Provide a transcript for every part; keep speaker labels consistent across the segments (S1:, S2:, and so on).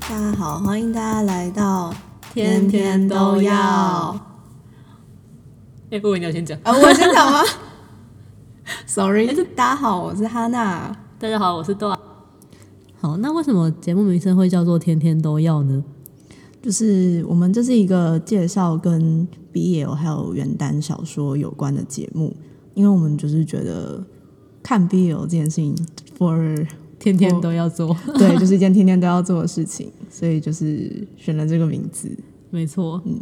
S1: 大家好，欢迎大家来到
S2: 天天都要
S1: 啊、
S2: 哎、不过你要先讲。
S1: 我先讲 吗
S2: Sorry，
S1: 大家好，我是哈娜。
S2: 大家好，我是豆啊。好，那为什么节目名称会叫做“天天都要”呢？
S1: 就是我们这是一个介绍跟 BL 还有原耽小说有关的节目，因为我们就是觉得看 BL 这件事情，for
S2: 天天都要做，
S1: 对，就是一件天天都要做的事情，所以就是选了这个名字。
S2: 没错。嗯，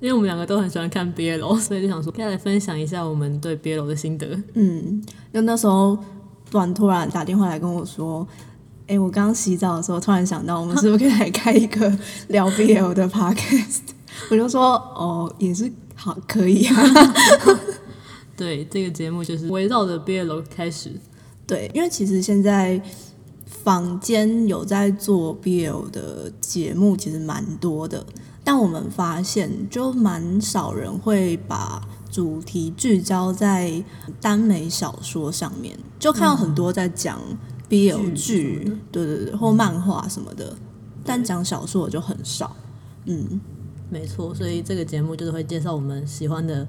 S2: 因为我们两个都很喜欢看 BL，所以就想说，可以来分享一下我们对 BL 的心得。
S1: 嗯，就那时候突然突然打电话来跟我说，哎、我刚洗澡的时候突然想到，我们是不是可以来开一个聊 BL 的 podcast？我就说，哦，也是好，可以啊。
S2: 对，这个节目就是围绕着 BL 开始。
S1: 对，因为其实现在坊间有在做 BL 的节目，其实蛮多的，但我们发现就蛮少人会把主题聚焦在耽美小说上面，就看到很多在讲 BL
S2: 嗯剧什
S1: 剧，对对对，或漫画什么的，但讲小说的就很少。 嗯，
S2: 没错，所以这个节目就是会介绍我们喜欢的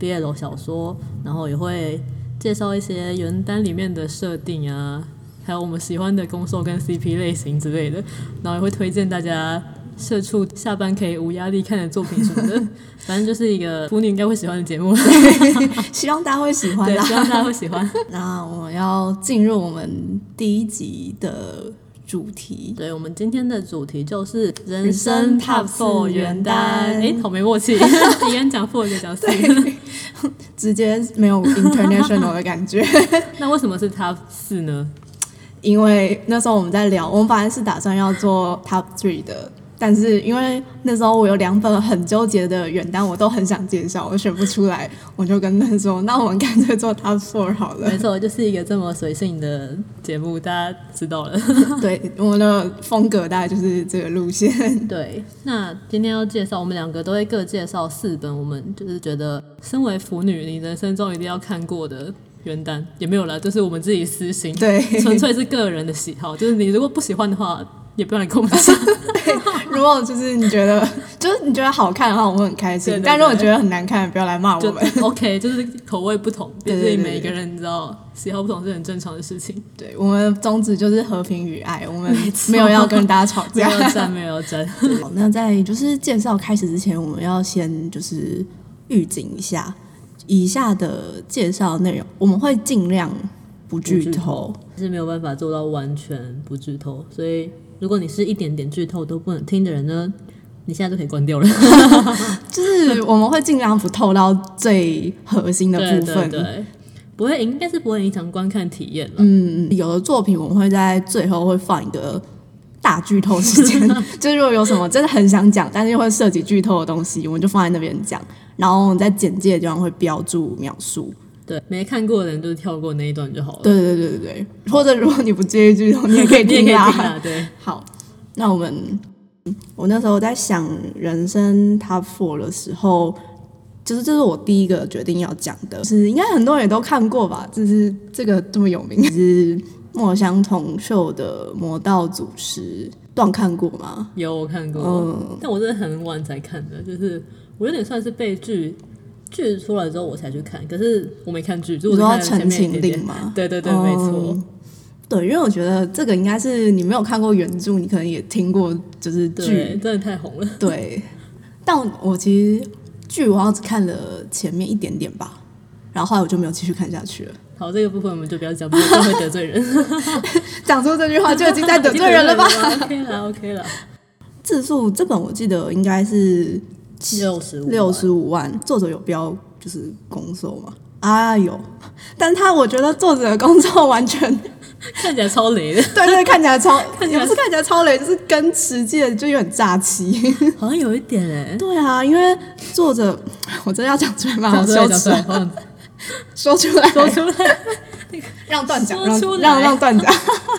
S2: BL 小说，然后也会介绍一些原单里面的设定啊，还有我们喜欢的攻受跟 CP 类型之类的，然后也会推荐大家社畜下班可以无压力看的作品什么 的。反正就是一个腐女应该会喜欢的节目，
S1: 希望大家会喜欢
S2: 对，
S1: 啦。
S2: 希望大家会喜欢。
S1: 那我们要进入我们第一集的主题。
S2: 对，我们今天的主题就是人
S1: 人生
S2: 生
S1: Top
S2: Top
S1: 4
S2: 4
S1: 原
S2: 原
S1: 单
S2: 单，哎，好没默契， 一个人讲 f 一个讲 C。
S1: 直接没有 international 的感觉，
S2: 那为什么是 Top 4呢？
S1: 因为那时候我们在聊，我们本来是打算要做 top three 的，但是因为那时候我有两本很纠结的原单，我都很想介绍，我选不出来，我就跟他说，那我们干脆做 top four 好了
S2: 没。错，就是一个这么随性的节目，大家知道 了。
S1: 对，我们的风格大概就是这个路线。
S2: 对，那今天要介绍，我们两个都会各介绍四本，我们就是觉得身为腐女，你人生中一定要看过的原单也没有啦，就是我们自己私心，
S1: 对，
S2: 纯粹是个人的喜好，就是你如果不喜欢的话，也 不要来跟我们讲。
S1: 如果就是你觉得，就是你觉得好看的话，我们很开心；
S2: 对对
S1: 但如果
S2: 对
S1: 觉得很难看，不要来骂我
S2: 就
S1: 们。
S2: OK，就是口味不同，
S1: 对对
S2: 毕
S1: 对
S2: 竟
S1: 对
S2: 每个人你知道喜好不同是很正常的事 情，
S1: 对，我们的宗旨就是和平与爱，我们
S2: 没错
S1: 没有要跟大家吵
S2: 没
S1: 架。
S2: 有赞，没有赞。
S1: 好，那在就是介绍开始之前，我们要先就是预警一下，以下的介绍内容我们会尽量不剧
S2: 不剧
S1: 透。
S2: 是没有办法做到完全不剧透，所以如果你是一点点剧透都不能听的人呢，你现在就可以关掉了。
S1: 就是我们会尽量不透到最核心 的
S2: 对
S1: 部分。
S2: 对对，不会影，应该是不会影响观看体验了。
S1: 嗯，有的作品我们会在最后会放一个大剧透时 间，就是如果有什么真的很想讲，但是又会涉及剧透的东西，我们就放在那边讲。然后我们在简介的地方会标注描述。
S2: 对，没看过的人就是跳过那一段就好了。
S1: 对对对对对，或者如果你不介意剧透，你也可以
S2: 哦 你也
S1: 听啊啦。
S2: 可以听啊啦，对，
S1: 好，那我们我那时候在想人生 Top Four 的时候，就是这是我第一个决定要讲的，是应该很多人也都看过吧？就是这个这么有名，是墨香铜臭的《魔道祖师》，段看过吗？
S2: 有我看过，
S1: 嗯
S2: 但我真的很晚才看的，就是我有点算是被剧剧出来之后我才去看，可是我没看剧，就
S1: 你
S2: 我只
S1: 说《
S2: 看了前
S1: 陈
S2: 面一
S1: 情
S2: 点
S1: 令》
S2: 点。
S1: 吗？
S2: 对对对，没错
S1: 嗯，对，因为我觉得这个应该是你没有看过原著，你可能也听过就是剧
S2: 对，真的太红了。
S1: 对，但我其实剧我好像只看了前面一点点吧，然后后来我就没有继续看下去了。
S2: 好，这个部分我们就不要讲，不然就会得罪人。
S1: 讲出这句话就已经在得罪人 了吧？
S2: ？OK 啦，OK 啦，
S1: 字数这本我记得应该是
S2: 六十五，
S1: 六十五万，作者有标就是公售嘛？啊有，但他我觉得作者的工作完全
S2: 看起来超雷 的，
S1: 对对，看起来超
S2: 看起
S1: 也
S2: 来
S1: 不是看起来超雷，就是跟实际的就有点炸欺。
S2: 好像有一点哎、
S1: 对啊，因为作者我真的要讲出来吗？好
S2: 讲出来，
S1: 羞
S2: 讲出
S1: 耻
S2: 来，
S1: 啊，
S2: 好想
S1: 说出来，
S2: 说出来，
S1: 让段讲，
S2: 说
S1: 让
S2: 出来
S1: 让让 段讲。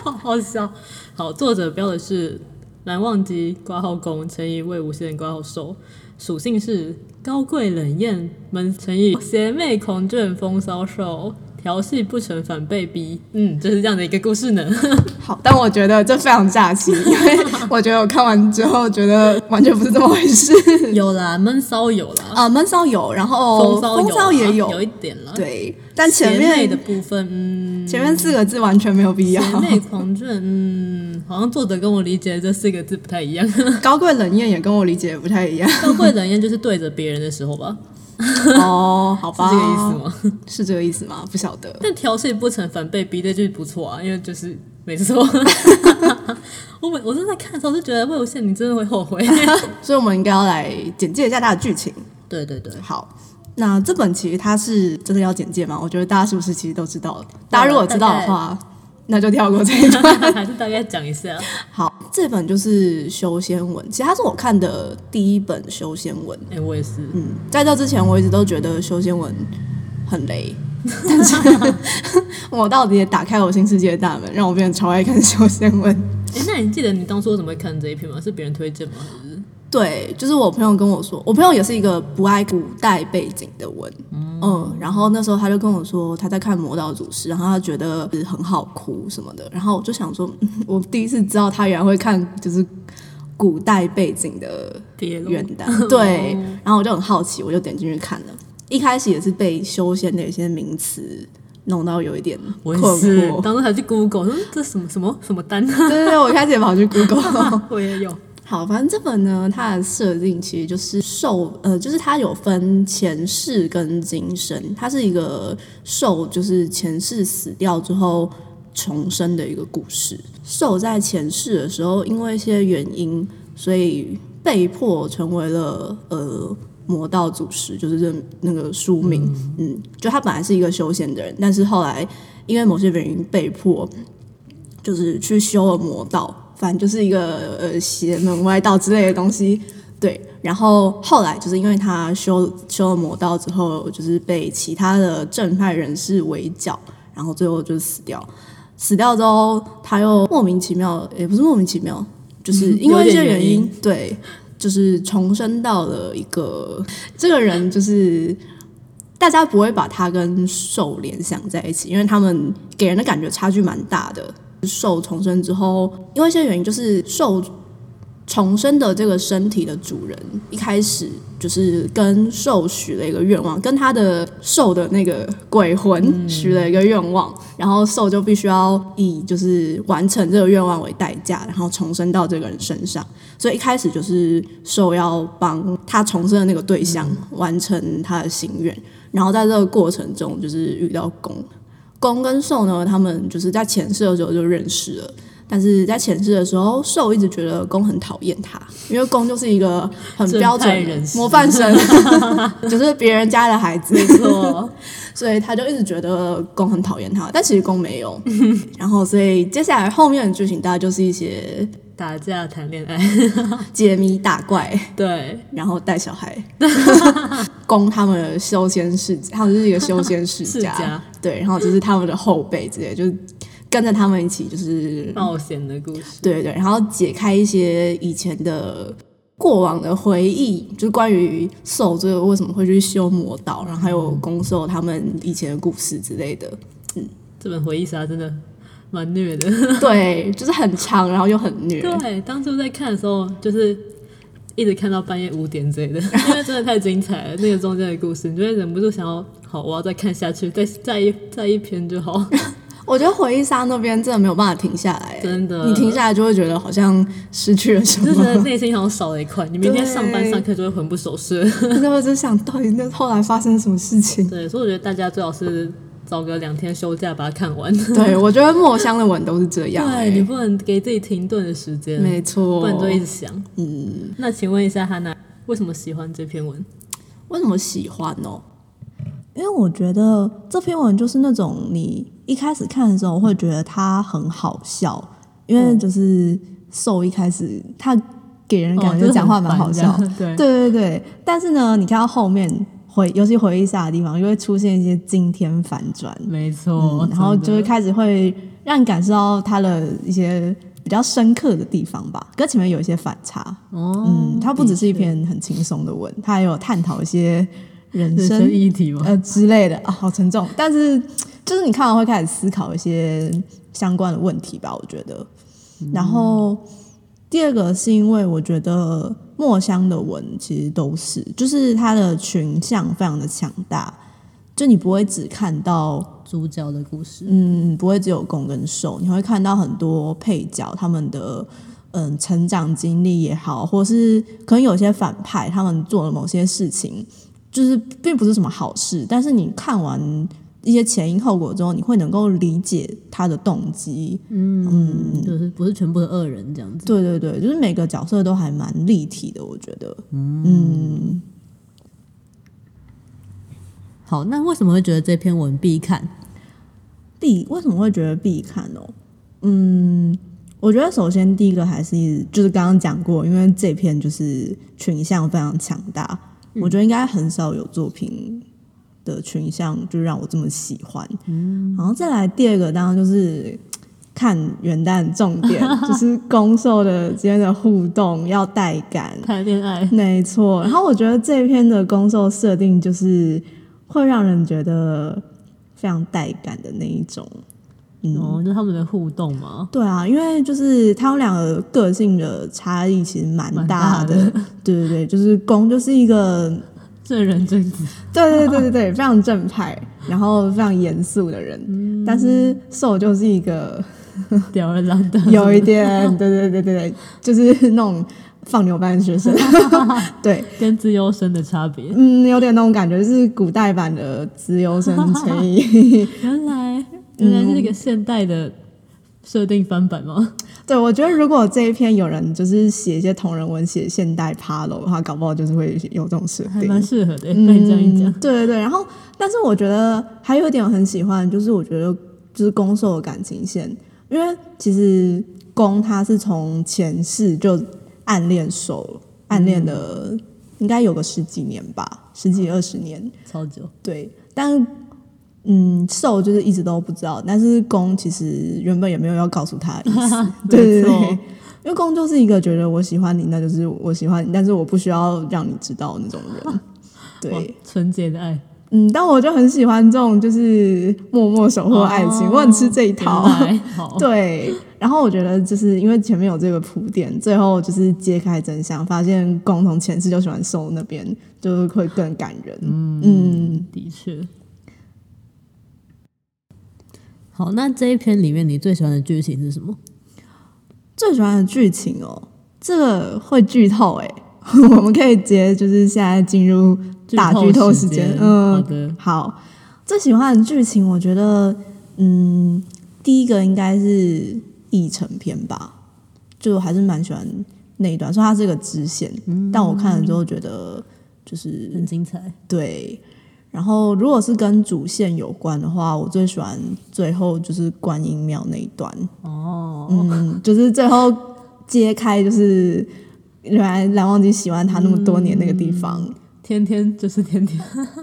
S2: 好好笑。好，作者标的是蓝忘机挂号公乘以魏无羡挂号寿，属性是高贵冷艳门乘以邪魅狂卷风骚兽。调戏不成反被逼，嗯，就是这样的一个故事呢。
S1: 好，但我觉得这非常炸 气，因为我觉得我看完之后觉得完全不是这么回 事。
S2: 有啦，闷骚有啦，
S1: 啊，闷骚有，然后
S2: 风骚有啦
S1: 哦
S2: 啊
S1: 也
S2: 有一点啦。，
S1: 对，但前
S2: 内
S1: 面
S2: 的部分，嗯，
S1: 前面四个字完全没有必要。
S2: 贤内狂卷，嗯，好像作者跟我理解的这四个字不 太一样。
S1: 高贵冷艳也跟我理解不太一样。
S2: 高贵冷艳就是对着别人的时候吧，
S1: 哦，好
S2: 是这
S1: 吧，
S2: 个意思吗？
S1: 思吗？是这个意思吗？不晓 得。
S2: 但调戏不成反被逼这句不错啊，因为就是没 错。我每我正在看的时候就觉得魏无羡你真的会后悔。
S1: 所以我们应该要来简介一下它的剧情。
S2: 对对对，
S1: 好，那这本其实它是真的要简介吗？我觉得大家是不是其实都知道了？大家如果知道的话，那就跳过这一段。
S2: 还是大概讲一下。
S1: 好，这本就是修仙文，其实它是我看的第一本修仙文。
S2: 哎、我也是，
S1: 嗯，在这之前我一直都觉得修仙文很雷， 但是我到底也打开我新世界的大门，让我变得超爱看修仙文。
S2: 哎、那你记得你当初为什么会看这一篇吗？是别人推荐吗？还是
S1: 对，就是我朋友跟我说，我朋友也是一个不爱古代背景的文，嗯然后那时候他就跟我说他在看《魔道祖师》，然后他觉得很好哭什么的，然后我就想说， 嗯我第一次知道他原来会看就是古代背景的
S2: 别人
S1: 元 旦，对，然后我就很好奇，我就点进去看了。一开始也是被修仙的一些名词弄到有一点
S2: 我
S1: 困
S2: 也是，
S1: 惑，
S2: 当初还去 Google，嗯，这什么什么什么单 啊？
S1: 对对对，我一开始也跑去 Google。
S2: 我也有，
S1: 好，反正这本呢，它的设定其实就是受，呃，就是它有分前世跟今生，它是一个受，就是前世死掉之后重生的一个故事。受在前世的时候，因为一些原因，所以被迫成为了呃魔道祖师，就是这那个书名，嗯就他本来是一个修仙的人，但是后来因为某些原因被迫，就是去修了魔道，反正就是一个呃邪门歪道之类的东西。对，然后后来就是因为他修修了魔道之后，就是被其他的正派人士围剿，然后最后就死掉。死掉之后，他又莫名其妙，也不是莫名其妙，就是因为一些原
S2: 嗯有点原
S1: 因
S2: 因，
S1: 对，就是重生到了一个这个人，就是大家不会把他跟兽联想在一起，因为他们给人的感觉差距蛮大的。兽重生之后，因为一些原因，就是兽重生的这个身体的主人一开始就是跟兽许了一个愿望，跟他的兽的那个鬼魂许了一个愿望，然后兽就必须要以就是完成这个愿望为代价，然后重生到这个人身上。所以一开始就是兽要帮他重生的那个对象
S2: 嗯
S1: 完成他的心愿，然后在这个过程中就是遇到公，公跟兽呢，他们就是在前世的时候就认识了。但是在前世的时候，兽一直觉得公很讨厌他，因为公就是一个很
S2: 正
S1: 标准
S2: 派
S1: 的
S2: 人士
S1: 模范 生，就是别人家的孩子。
S2: 没错，
S1: 所以他就一直觉得公很讨厌他，但其实公没 有。然后，所以接下来后面的剧情大概就是一些
S2: 打架谈恋爱，
S1: 解谜打怪，
S2: 对，
S1: 然后带小 孩，公他们的修仙世家，他们就是一个修仙 世
S2: 世
S1: 家，
S2: 家
S1: 对，然后就是他们的后辈之类，就是跟着他们一起，就是
S2: 冒险的故事，
S1: 对对，然后解开一些以前的过往的回忆，就是关于兽这个为什么会去修魔道，然后还有公兽他们以前的故事之类 的。
S2: 这本回忆杀真的蛮虐的。
S1: 对，就是很长，然后又很虐。
S2: 对，当初在看的时候，就是一直看到半夜五点之类的，因为真的太精彩了。那个中间的故事，你就会忍不住想要，好，我要再看下去，再再一再一篇就好。
S1: 我觉得回忆杀那边真的没有办法停下来，
S2: 真的
S1: 你停下来就会觉得好像失去了什
S2: 就觉
S1: 么，
S2: 得内心好像少了一块。你明天上班
S1: 对
S2: 上课就会魂不守舍。
S1: 真的会在想到底那后来发生了什么事 情。
S2: 对，所以我觉得大家最好是找个两天休假把它看完。
S1: 对，我觉得墨香的吻都是这样、
S3: 欸
S2: 对你不能给自己停顿的时
S1: 哎
S2: 间，
S1: 没错
S2: 不。然就一直想。
S1: 嗯，
S2: 那请问一下哈娜，为什么喜欢这篇文？
S1: 为什么喜欢哦？
S3: 因为我觉得这篇文就是那种你一开始看的时候会觉得它很好笑，因为
S2: 嗯
S3: 就是兽一开始他给人感
S2: 哦
S3: 觉讲话蛮好笑，，
S2: 真的很烦这样 对，
S3: 对对对。但是呢，你看到后面回，尤其回忆杀的地方，就会出现一些惊天反转，
S2: 没
S1: 哦
S2: 错
S3: 嗯。然后就
S2: 真
S3: 会
S2: 的
S3: 开始会让你感受到它的一些比较深刻的地方吧，跟前面有一些反差。
S2: 哦，
S3: 嗯，它不只是一
S2: 的确
S3: 篇很轻松的文，它还有探讨一些人
S2: 人
S3: 生
S2: 生议题吗？
S1: 呃哦
S3: 呃之类的啊，好沉重。但是
S1: 就是你看完会开始思考一些相关的问题吧，我觉得。
S2: 嗯
S1: 然后第二个是因为我觉得墨香的文其实都是，就是它的群像非常的强大，就你不会只看到，
S2: 主角的故事，
S1: 嗯，不会只有攻跟受，你会看到很多配角他们的。嗯，成长经历也好，或是可能有些反派他们做了某些事情，就是并不是什么好事，但是你看完一些前因后果之后，你会能够理解他的动机。
S2: 嗯，就是不是全部的恶人这样子。
S1: 对对对，就是每个角色都还蛮立体的，我觉得。
S2: 好，那为什么会觉得这篇文必看？
S1: 必为什么会觉得必看哦？嗯，我觉得首先第一个还是就是刚刚讲过，因为这篇就是群像非常强大，我觉得应该很少有作品的群像就让我这么喜欢。然后再来第二个，当然就是。看元旦重点 就是攻受的之间的互动要带感，
S2: 谈恋爱，
S1: 没错，然后我觉得这一篇的攻受设定就是会让人觉得非常带感的那一种。
S2: 哦，就是他们的互动嘛。
S1: 对啊，因为就是他们两个个性的差异其实蛮大的。
S2: 蛮
S1: 对对对，就是攻就是一个
S2: 正人君子，
S1: 对对对对对，非常正派，然后非常严肃的人，但是受就是一个
S2: 吊儿郎当。
S1: 有一点，对对对对对，就是那种放牛班的学生。 对，
S2: 跟自优生的差别。
S1: 嗯，有点那种感觉，就是古代版的资优 生迁移。
S2: 原来原来是一个现代的设定翻版吗？
S1: 对，我觉得如果这一篇有人就是写一些同人文、写现代 palo 的话，搞不好就是会有这种设
S2: 还
S1: 定
S2: 蛮。适合的。被你这样一讲
S1: 嗯，，对对对。然后，但是我觉得还有一点我很喜欢，就是我觉得就是攻受的感情线，因为其实攻他是从前世就暗恋受，暗恋了
S2: 嗯
S1: 应该有个十几年吧，十几二十年。
S2: 超久。，
S1: 对，但嗯，受就是一直都不知道，但是公其实原本也没有要告诉他的意思 对对
S2: 没错
S1: 对，因为公就是一个觉得我喜欢你，那就是我喜欢你，但是我不需要让你知道那种 人。
S2: 哇
S1: 对，，
S2: 纯洁的爱。
S1: 嗯，但我就很喜欢这种就是默默守护爱情，
S2: 哦
S1: 我很吃这一套。
S2: 原来 好，
S1: 对，然后我觉得就是因为前面有这个铺垫，最后就是揭开真相，发现共同前世就喜欢受那边，就是会更感人。嗯
S2: 的确。好，那这一篇里面你最喜欢的剧情是什么？
S1: 最喜欢的剧情哦，这个会剧透哎、 我们可以直接就是现在进入大剧透时间。
S2: 好
S1: 嗯，
S2: 的，
S1: 好，最喜欢的剧情，我觉得嗯，第一个应该是议程篇吧，就我还是蛮喜欢那一段，说它是一个支线，但我看了之后觉得就是
S2: 很精彩。
S1: 对，然后如果是跟主线有关的话，我最喜欢最后就是观音庙那一段。哦，嗯，就是最后揭开就是原来蓝忘机喜欢他那么多年那个地方。
S2: 天天就是天天，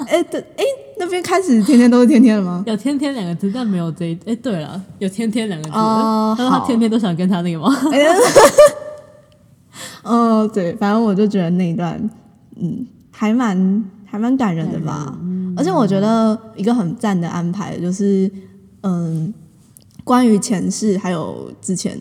S1: 哎、对，哎、那边开始天天都是天天了吗？
S2: 有天天两个字，但没有这一。哎、对了，有天天两个字。
S1: 哦
S2: 他说他
S1: 好
S2: 天天都想跟他那个吗？
S1: 嗯、对，反正我就觉得那一段，嗯，还蛮还蛮感人的吧。嗯
S2: 嗯
S1: 而且我觉得一个很赞的安排就是，嗯，关于前世还有之前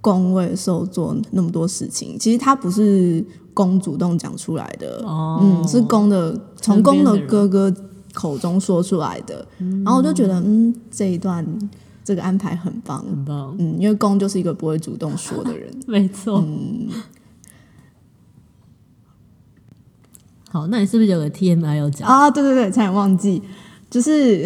S1: 宫位的时候做那么多事情，其实他不是宫主动讲出来的，
S2: 哦
S1: 嗯，是宫的从宫
S2: 身边的
S1: 的
S2: 人
S1: 哥哥口中说出来的。然后我就觉得，嗯，这一段这个安排很棒。
S2: 很棒，
S1: 嗯，因为宫就是一个不会主动说的人，
S2: 没错。
S1: 嗯
S2: 好，那你是不是有个 TMI 要讲？
S1: 啊，对对对，差点忘记，就是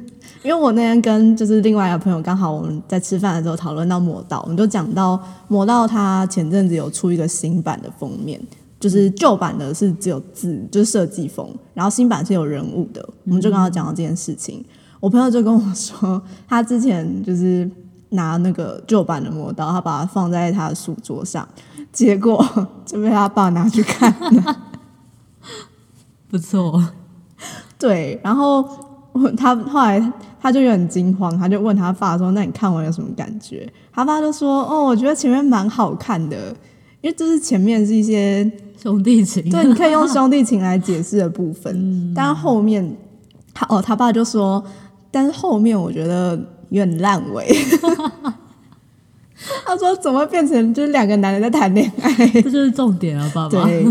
S1: 因为我那天跟就是另外一个朋友，刚好我们在吃饭的时候讨论到魔道，我们就讲到魔道，它前阵子有出一个新版的封面，就是旧版的是只有字，就是设计风，然后新版是有人物的，我们就刚刚讲到这件事情，我朋友就跟我说，他之前就是。拿那个旧版的魔刀，他把它放在他的书桌上，结果 就被他爸拿去看
S2: 不错，
S1: 对，然后我他后来他就有点惊慌，他就问他爸说：“那你看完有什么感觉？”他爸就说：“哦，我觉得前面蛮好看的，因为就是前面是一些
S2: 兄弟情。
S1: 对，你可以
S2: 嗯
S1: 用兄弟情来解释的部分，但后面他哦，他爸就说
S3: 但是后面我觉得有点烂尾。 他说怎么变成就是两个男人在谈恋爱？
S2: 这就是重点啊，爸爸，
S3: 对，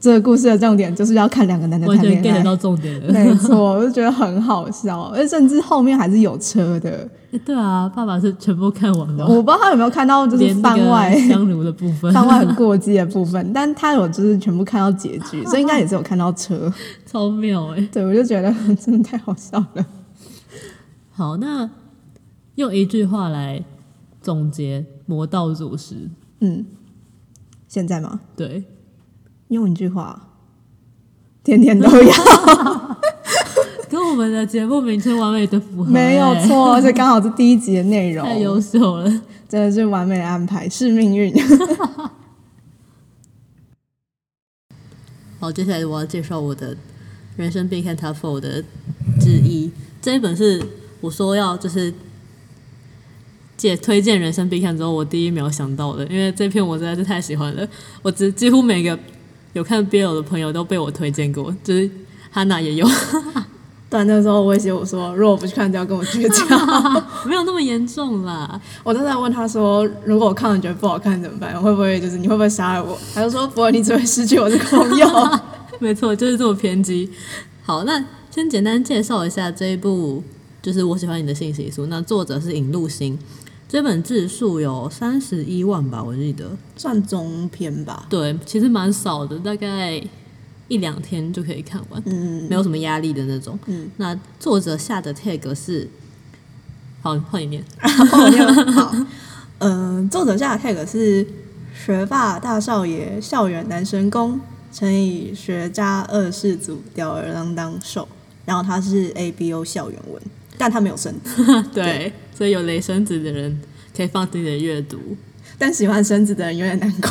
S3: 这个故事的重点就是要看两个男人
S2: 完
S3: 谈
S2: 全
S3: 恋
S2: get
S3: 爱。
S2: 到重点 了。
S3: 没错，我就觉得很好笑，而且甚至后面还是有车的。
S2: 诶对啊，爸爸是全部看完吗？
S3: 我不知道他有没有看到，就是
S2: 连那
S3: 番
S2: 个
S3: 外
S2: 香炉的部 分，
S3: 番外很过激的部分，但他有就是全部看到结 局，所以应该也是有看到车。
S2: 超妙哎、
S3: 对，我就觉得真的太好笑了。
S2: 好，那用一句话来总结《魔道祖师》。
S3: 嗯，现在吗？
S2: 对，
S3: 用一句话，天天都要，
S2: 跟我们的节目名称完美的符 合、
S3: 没有欸哎
S2: 哎，
S3: 错，而且刚好是第一集的内容，
S2: 太优秀了。
S3: 真的是完美的安排，是命运。
S2: 好，接下来我要介绍我的人生必看 Top Four 的之一，这一本是我说要就是借推荐人生必看之后，我第一秒想到的，因为这篇我实在是太喜欢了，我只几乎每个有看 BL 的朋友都被我推荐过，就是哈娜也 有，
S3: 但那时候威胁我说，如果我不去看，就要跟我绝 交。
S2: 没有那么严重啦。
S3: 我正在问他说，如果我看了觉得不好看怎么办？会不会就是你会不会杀了我？他就说不会，你只会失去我的朋友。
S2: 没错，就是这么偏激。好，那先简单介绍一下这一部，就是我喜欢你的信息书。那作者是尹路星，这本字数有三十一万吧，我记得。
S1: 算中篇吧。
S2: 对，其实蛮少的，大概一两天就可以看完，
S1: 嗯
S2: 没有什么压力的那种。
S1: 嗯，
S2: 那作者下的 tag 是，好，换 你念。
S1: 哦没有好，嗯、作者下的 tag 是学霸大少爷、校园男神功乘以学渣二世祖、吊儿郎当兽，然后他是 A B O 校园文，但他没有生字，
S2: 对，所以有雷声子的人可以放自己的阅 读。
S1: 但喜欢生字的人有点难过，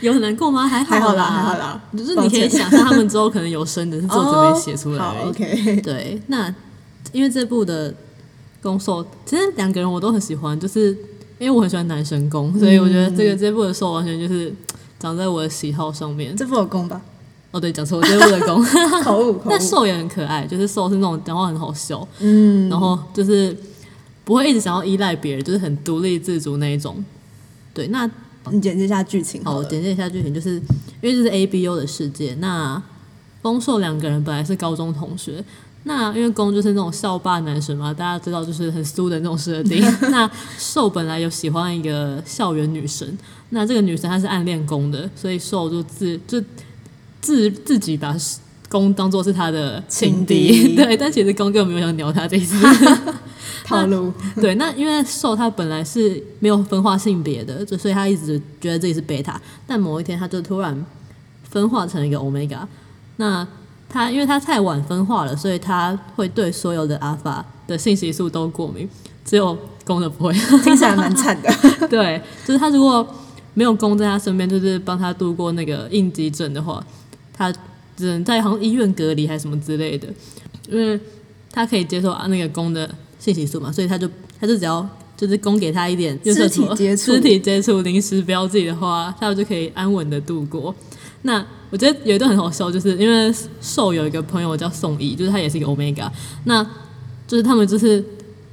S2: 有很难过吗？还
S1: 还
S2: 好
S1: 好啦，还好
S2: 啦。
S1: 啦，
S2: 就是你可以
S1: 抱歉哦
S2: 想象他们之后可能有生的，是作者没写出来
S1: 好
S2: 而已。
S1: ，OK，
S2: 对，那因为这部的攻受，其实两个人我都很喜欢，就是因为我很喜欢男神
S1: 嗯
S2: 攻，所以我觉得这个、这部的受完全就是长在我的喜好上面。
S1: 这副有功吧？
S2: 哦，对，讲错，这部的 攻，
S1: 口误，口
S2: 但
S1: 误，
S2: 受也很可爱，就是受是那种讲话很好笑，
S1: 嗯，
S2: 然后就是不会一直想要依赖别人，就是很独立自主那一种。对，那
S1: 你简介嗯一下剧情
S2: 好，
S1: 好
S2: 我
S1: 了，
S2: 简介一下剧情，就是因为这是 A B U 的世界，那宫寿两个人本来是高中同学。那因为宫就是那种校霸男神嘛，大家知道就是很苏的那种设 定。那寿本来有喜欢一个校园女神，那这个女神她是暗恋宫的，所以寿就自就自自己把宫当做是他的情敌，
S1: 情敌
S2: 对。但其实宫根本没有想鸟他这一 次，
S1: 套路，
S2: 对，那因为受他本来是没有分化性别的，就所以他一直觉得自己是贝塔，但某一天他就突然分化成一个 omega。那他因为他太晚分化了，所以他会对所有的 alpha 的信息素都过敏，只有公的不会。
S1: 听起来蛮惨的，
S2: 对，就是他如果没有公在他身边，就是帮他度过那个应急症的话，他只能在好像医院隔离还是什么之类的，因为他可以接受啊那个公的信息素嘛，所以他就他就只要就是公给他一点
S1: 肢
S2: 就是什么
S1: 体接触
S2: 肢体接触临时标记的话，他就可以安稳的度过。那我觉得有一段很好笑，就是因为兽有一个朋友叫宋怡，就是他也是一个 Omega，那就是他们就是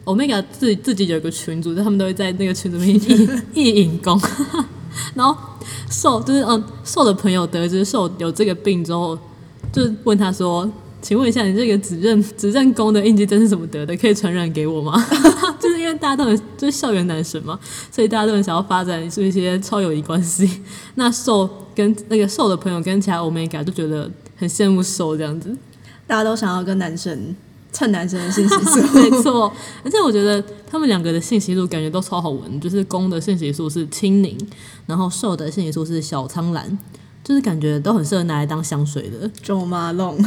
S2: Omega 自己自己有一个群组，就他们都会在那个群组里面一 一引攻，然后瘦就是嗯瘦的朋友得知瘦有这个病之后，就问他说：“请问一下，你这个指认指认宫的应激症是怎么得的？可以传染给我吗？” 就是因为大家都很就是校园男神嘛，所以大家都很想要发展出一些超友谊关系。那瘦跟那个瘦的朋友跟其他 Omega 就觉得很羡慕瘦这样子，
S1: 大家都想要跟男神蹭男神的信息
S2: 没
S1: 素，
S2: 错，而且我觉得他们两个的信息素感觉都超好闻，就是公的信息素是青柠，然后瘦的信息素是小苍兰，就是感觉都很适合拿来当香水的，
S1: 咒骂 弄，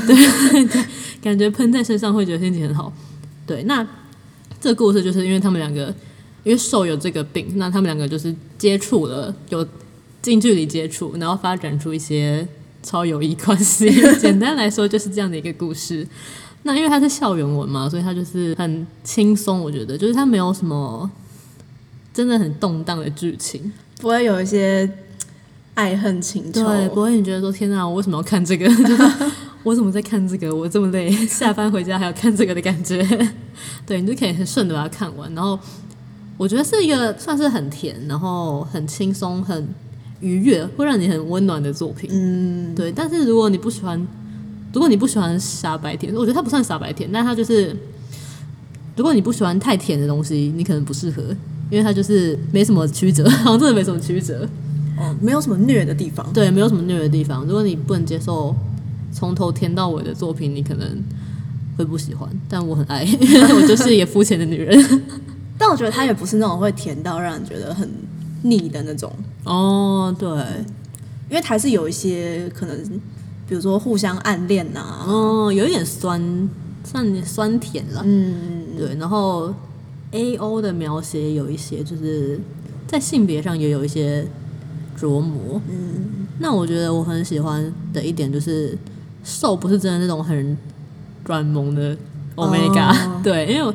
S2: 感觉喷在身上会觉得心情很好。对，那这个故事就是因为他们两个，因为瘦有这个病，那他们两个就是接触了，有近距离接触，然后发展出一些超友谊关系。简单来说就是这样的一个故事。那因为它是校园文嘛，所以它就是很轻松，我觉得就是它没有什么真的很动荡的剧情，
S1: 不会有一些爱恨情仇，
S2: 对，不会你觉得说天哪，我为什么要看这个？就是 我怎么在看这个？我这么累，下班回家还要看这个的感觉。对，你就可以很顺的把它看完。然后我觉得是一个算是很甜，然后很轻松、很愉悦，会让你很温暖的作品。嗯，对。但是如果你不喜欢，如果你不喜欢傻白甜，我觉得它不算傻白甜，但它就是，如果你不喜欢太甜的东西，你可能不适合，因为它就是没什么曲折， 好像真的没什么曲折。
S1: 哦，没有什么虐的地方。
S2: 对，没有什么虐的地方。如果你不能接受从头甜到尾的作品，你可能会不喜欢。但我很爱， 我就是一个肤浅的女人。
S1: 但我觉得它也不是那种会甜到让人觉得很腻的那种，
S2: 哦，对，
S1: 因为还是有一些可能，比如说互相暗恋呐、啊，
S2: 哦，有一点酸，算酸甜了。
S1: 嗯，
S2: 对，然后 A O 的描写有一些就是在性别上也有一些琢磨。嗯，那我觉得我很喜欢的一点就是瘦不是真的那种很软萌的 omega，、
S1: 哦
S2: 对，因为我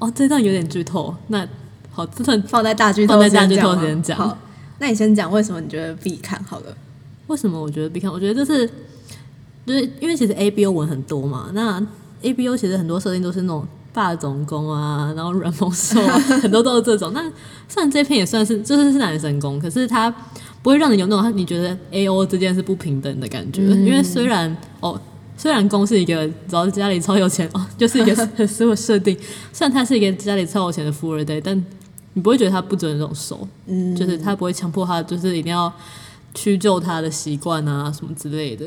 S2: 哦这段有点剧透，那好，这段
S1: 放在大剧
S2: 放
S1: 透
S2: 在
S1: 时
S2: 大
S1: 间
S2: 剧透
S1: 讲
S2: 时间
S1: 吗
S2: 讲
S1: 好，那你先讲为什么你觉得必看好了？
S2: 为什么我觉得必看？我觉得这是就是因为其实 A B O 文很多嘛，那 A B O 其实很多设定都是那种霸总攻啊，然后软萌兽啊，很多都是这种。那虽然这篇也算是就是是男神攻，可是它不会让你有那种你觉得 A O 之间是不平等的感觉，因为虽然哦。虽然攻是一个，只要家里超有钱哦，就是一个很私有设定。虽然他是一个家里超有钱的富二代，但你不会觉得他不准那种手，嗯，就是他不会强迫他，就是一定要屈就他的习惯啊什么之类的。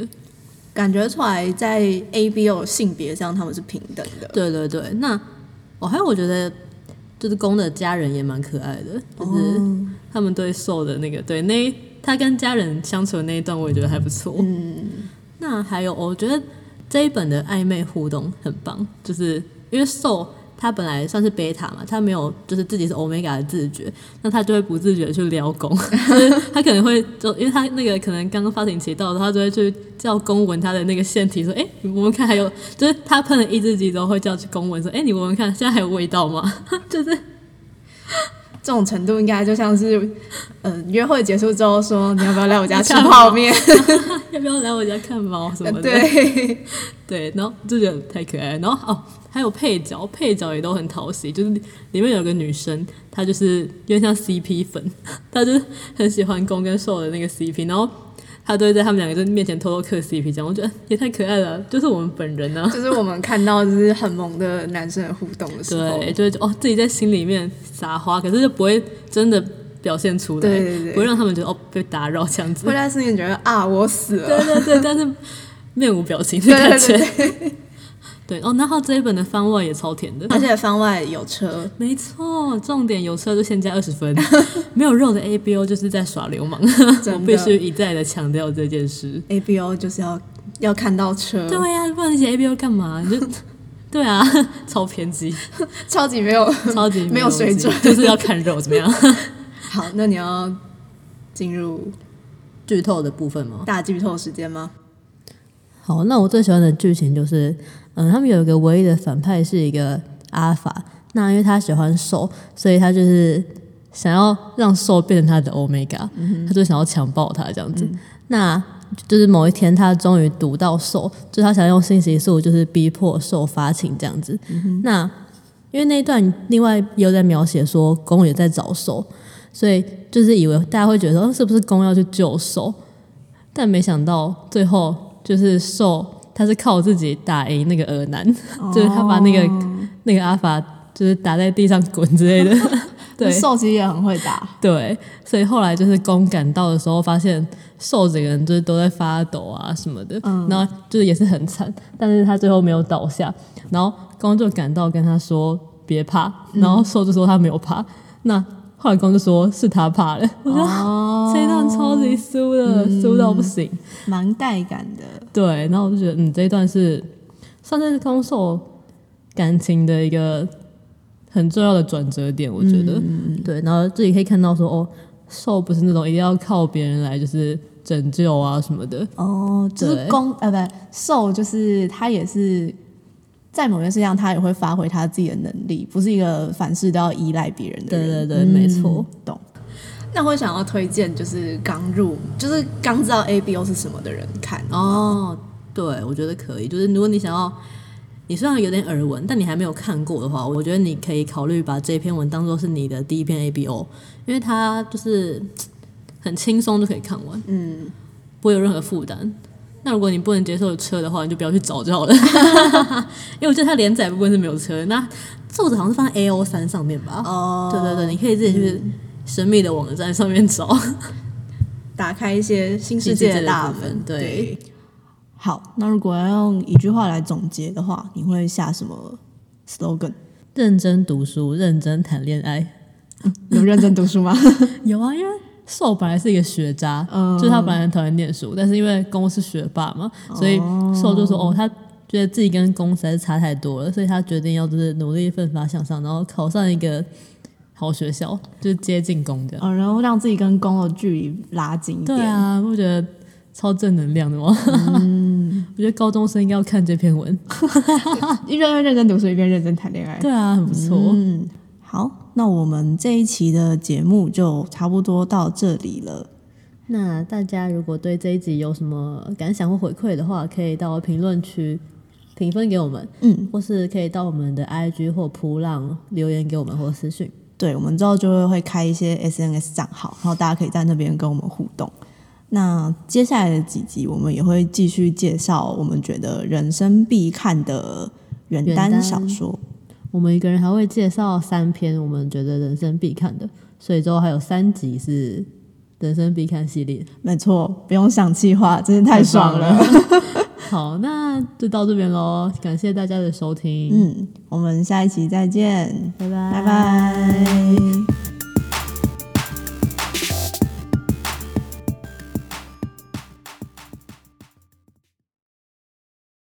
S1: 感觉出来在 A B O 性别上他们是平等的，
S2: 对对对，那哦，还有我觉得就是公的家人也蛮可爱的，就是他们对兽的那个对那一他跟家人相处的那一段，我也觉得还不错。嗯，那还有哦我觉得这一本的暧昧互动很棒，就是因为兽。他本来算是贝塔嘛，他没有就是自己是 omega 的自觉，那他就会不自觉地去撩公， 就是他可能会就因为他那个可能刚刚发情期到的时候，他就会去叫公闻他的那个腺体，说：“哎、你闻闻看，还有就是他喷了抑制剂之后会叫去公闻说：‘哎、你闻闻看，现在还有味道吗？’ 就是
S1: 这种程度应该就像是，呃，约会结束之后说你要不要来我家吃 泡面？
S2: 要不要来我家看猫什么的？
S1: 对，
S2: 对，然后就觉得太可爱了。然后哦，还有配角，配角也都很讨喜。就是里面有个女生，她就是有点像 CP 粉，她就是很喜欢公跟受的那个 CP，然后她都会在他们两个就是面前偷偷嗑 CP 这样，我觉得也太可爱了，就是我们本人啊。
S1: 就是我们看到就是很萌的男生的互动的时候，
S2: 对，就会觉得哦自己在心里面撒花，可是就不会真的表现出来，
S1: 对对对
S2: 不会让他们觉得哦被打扰这样子
S1: 会。在瞬间觉得啊，我死
S2: 对
S1: 了。
S2: 对对， 但是面无表情的感觉。
S1: 对对
S2: 对哦，然后这一本的番外也超甜 的，
S1: 而且番外有车，
S2: 没错，重点有车就先加二十分，没有肉的 A B O 就是在耍流氓， 我
S1: 真的嗯
S2: 必须一再的强调这件事。
S1: A B O 就是要要看到车，
S2: 对呀、不然你写 A B O 干嘛？你就对啊，超偏激，
S1: 超级没有。
S2: 超级
S1: 没有水
S2: 逻辑
S1: 准
S2: 就是要看肉怎么样？
S1: 好，那你要进入
S2: 剧透的部分吗？
S1: 大剧透时间吗？
S2: 好，那我最喜欢的剧情就是，嗯，他们有一个唯一的反派是一个阿法，那因为他喜欢兽，所以他就是想要让兽变成他的 omega，、他就想要强暴他这样子。那就是某一天，他终于读到兽，就是他想用信息素，就是逼迫兽发情这样子。那因为那一段另外又在描写说公也在找兽，所以就是以为大家会觉得说哦是不是公要去救兽，但没想到最后就是兽他是靠自己打赢那个俄男， 就是他把那个那个阿法就是打在地上滚之类的，对，
S3: 兽其实也很会打，
S2: 对，所以后来就是公赶到的时候，发现瘦整个人就是都在发抖啊什么的，然后就是也是很惨，但是他最后没有倒下，然后公就赶到跟他说别怕，然后瘦就说他没有怕，那后来公就说是他怕了，我觉得、
S3: 哦
S2: 这一段超级酥的，酥到不行，
S3: 蛮带感的。
S2: 对，然后我就觉得嗯这一段是算是公受感情的一个很重要的转折点，我觉得。嗯对，然后自己可以看到说，哦，受不是那种一定要靠别人来就是拯救啊什么的。
S3: 哦，就是
S2: 对
S3: 攻呃不受，就是他也是在某些事上，他也会发挥他自己的能力，不是一个凡事都要依赖别人的
S2: 对
S3: 人。
S2: 对对，没错。
S3: 懂。
S1: 嗯那会想要推荐就是刚入，就是刚知道 A B O 是什么的人看。
S2: 哦，对，我觉得可以。就是如果你想要，你虽然有点耳闻，但你还没有看过的话，我觉得你可以考虑把这篇文当做是你的第一篇 ABO，因为它就是很轻松就可以看完，嗯，不会有任何负担。那如果你不能接受车的话，你就不要去找就好了， 因为我记得它连载部分是没有车。那作者好像是放在 A O 三上面吧？
S4: 哦
S2: 对对对，你可以自己去神秘的网站上面找。
S4: 打开一些新世
S2: 世
S4: 界
S2: 界
S4: 的
S2: 的
S4: 大
S2: 大
S4: 门
S2: 门。
S4: 对
S2: 对，
S1: 好，那如果要用一句话来总结的话，你会下什么 slogan？
S2: 认真读书，认真谈恋爱。
S1: 有认真读书吗？
S2: 有啊，因为瘦本来是一个学渣，
S1: 嗯
S2: 就是他本来很讨厌念书，但是因为公是学霸嘛，所以瘦就说哦，他觉得自己跟公实在是差太多了，所以他决定要就是努力奋发向上，然后考上一个好学校，就是接近公这样。
S1: 嗯、然后让自己跟公的距离拉近一点。
S2: 对啊，不觉得超正能量的吗？ 我觉得高中生应该要看这篇文。
S1: 一边认真读书，一边认真谈恋爱。
S2: 对啊，很不错。
S1: 嗯，好，那我们这一期的节目就差不多到这里了。
S2: 那大家如果对这一集有什么感想或回馈的话，可以到评论区评分给我们，
S1: 嗯，
S2: 或是可以到我们的 IG 或扑浪留言给我们或私讯。
S1: 对，我们之后就会会开一些 SNS 账号，然后大家可以在那边跟我们互动。那接下来的几集，我们也会继续介绍我们觉得人生必看的原
S2: 原
S1: 单
S2: 耽
S1: 小说。
S2: 我们一个人还会介绍三篇我们觉得人生必看的，所以之后还有三集是人生必看系列。
S1: 没错，不用想气话，真是太爽了。
S2: 好，那就到这边喽，感谢大家的收听，
S1: 嗯，我们下一期再见，
S2: 嗯拜拜，
S1: 拜拜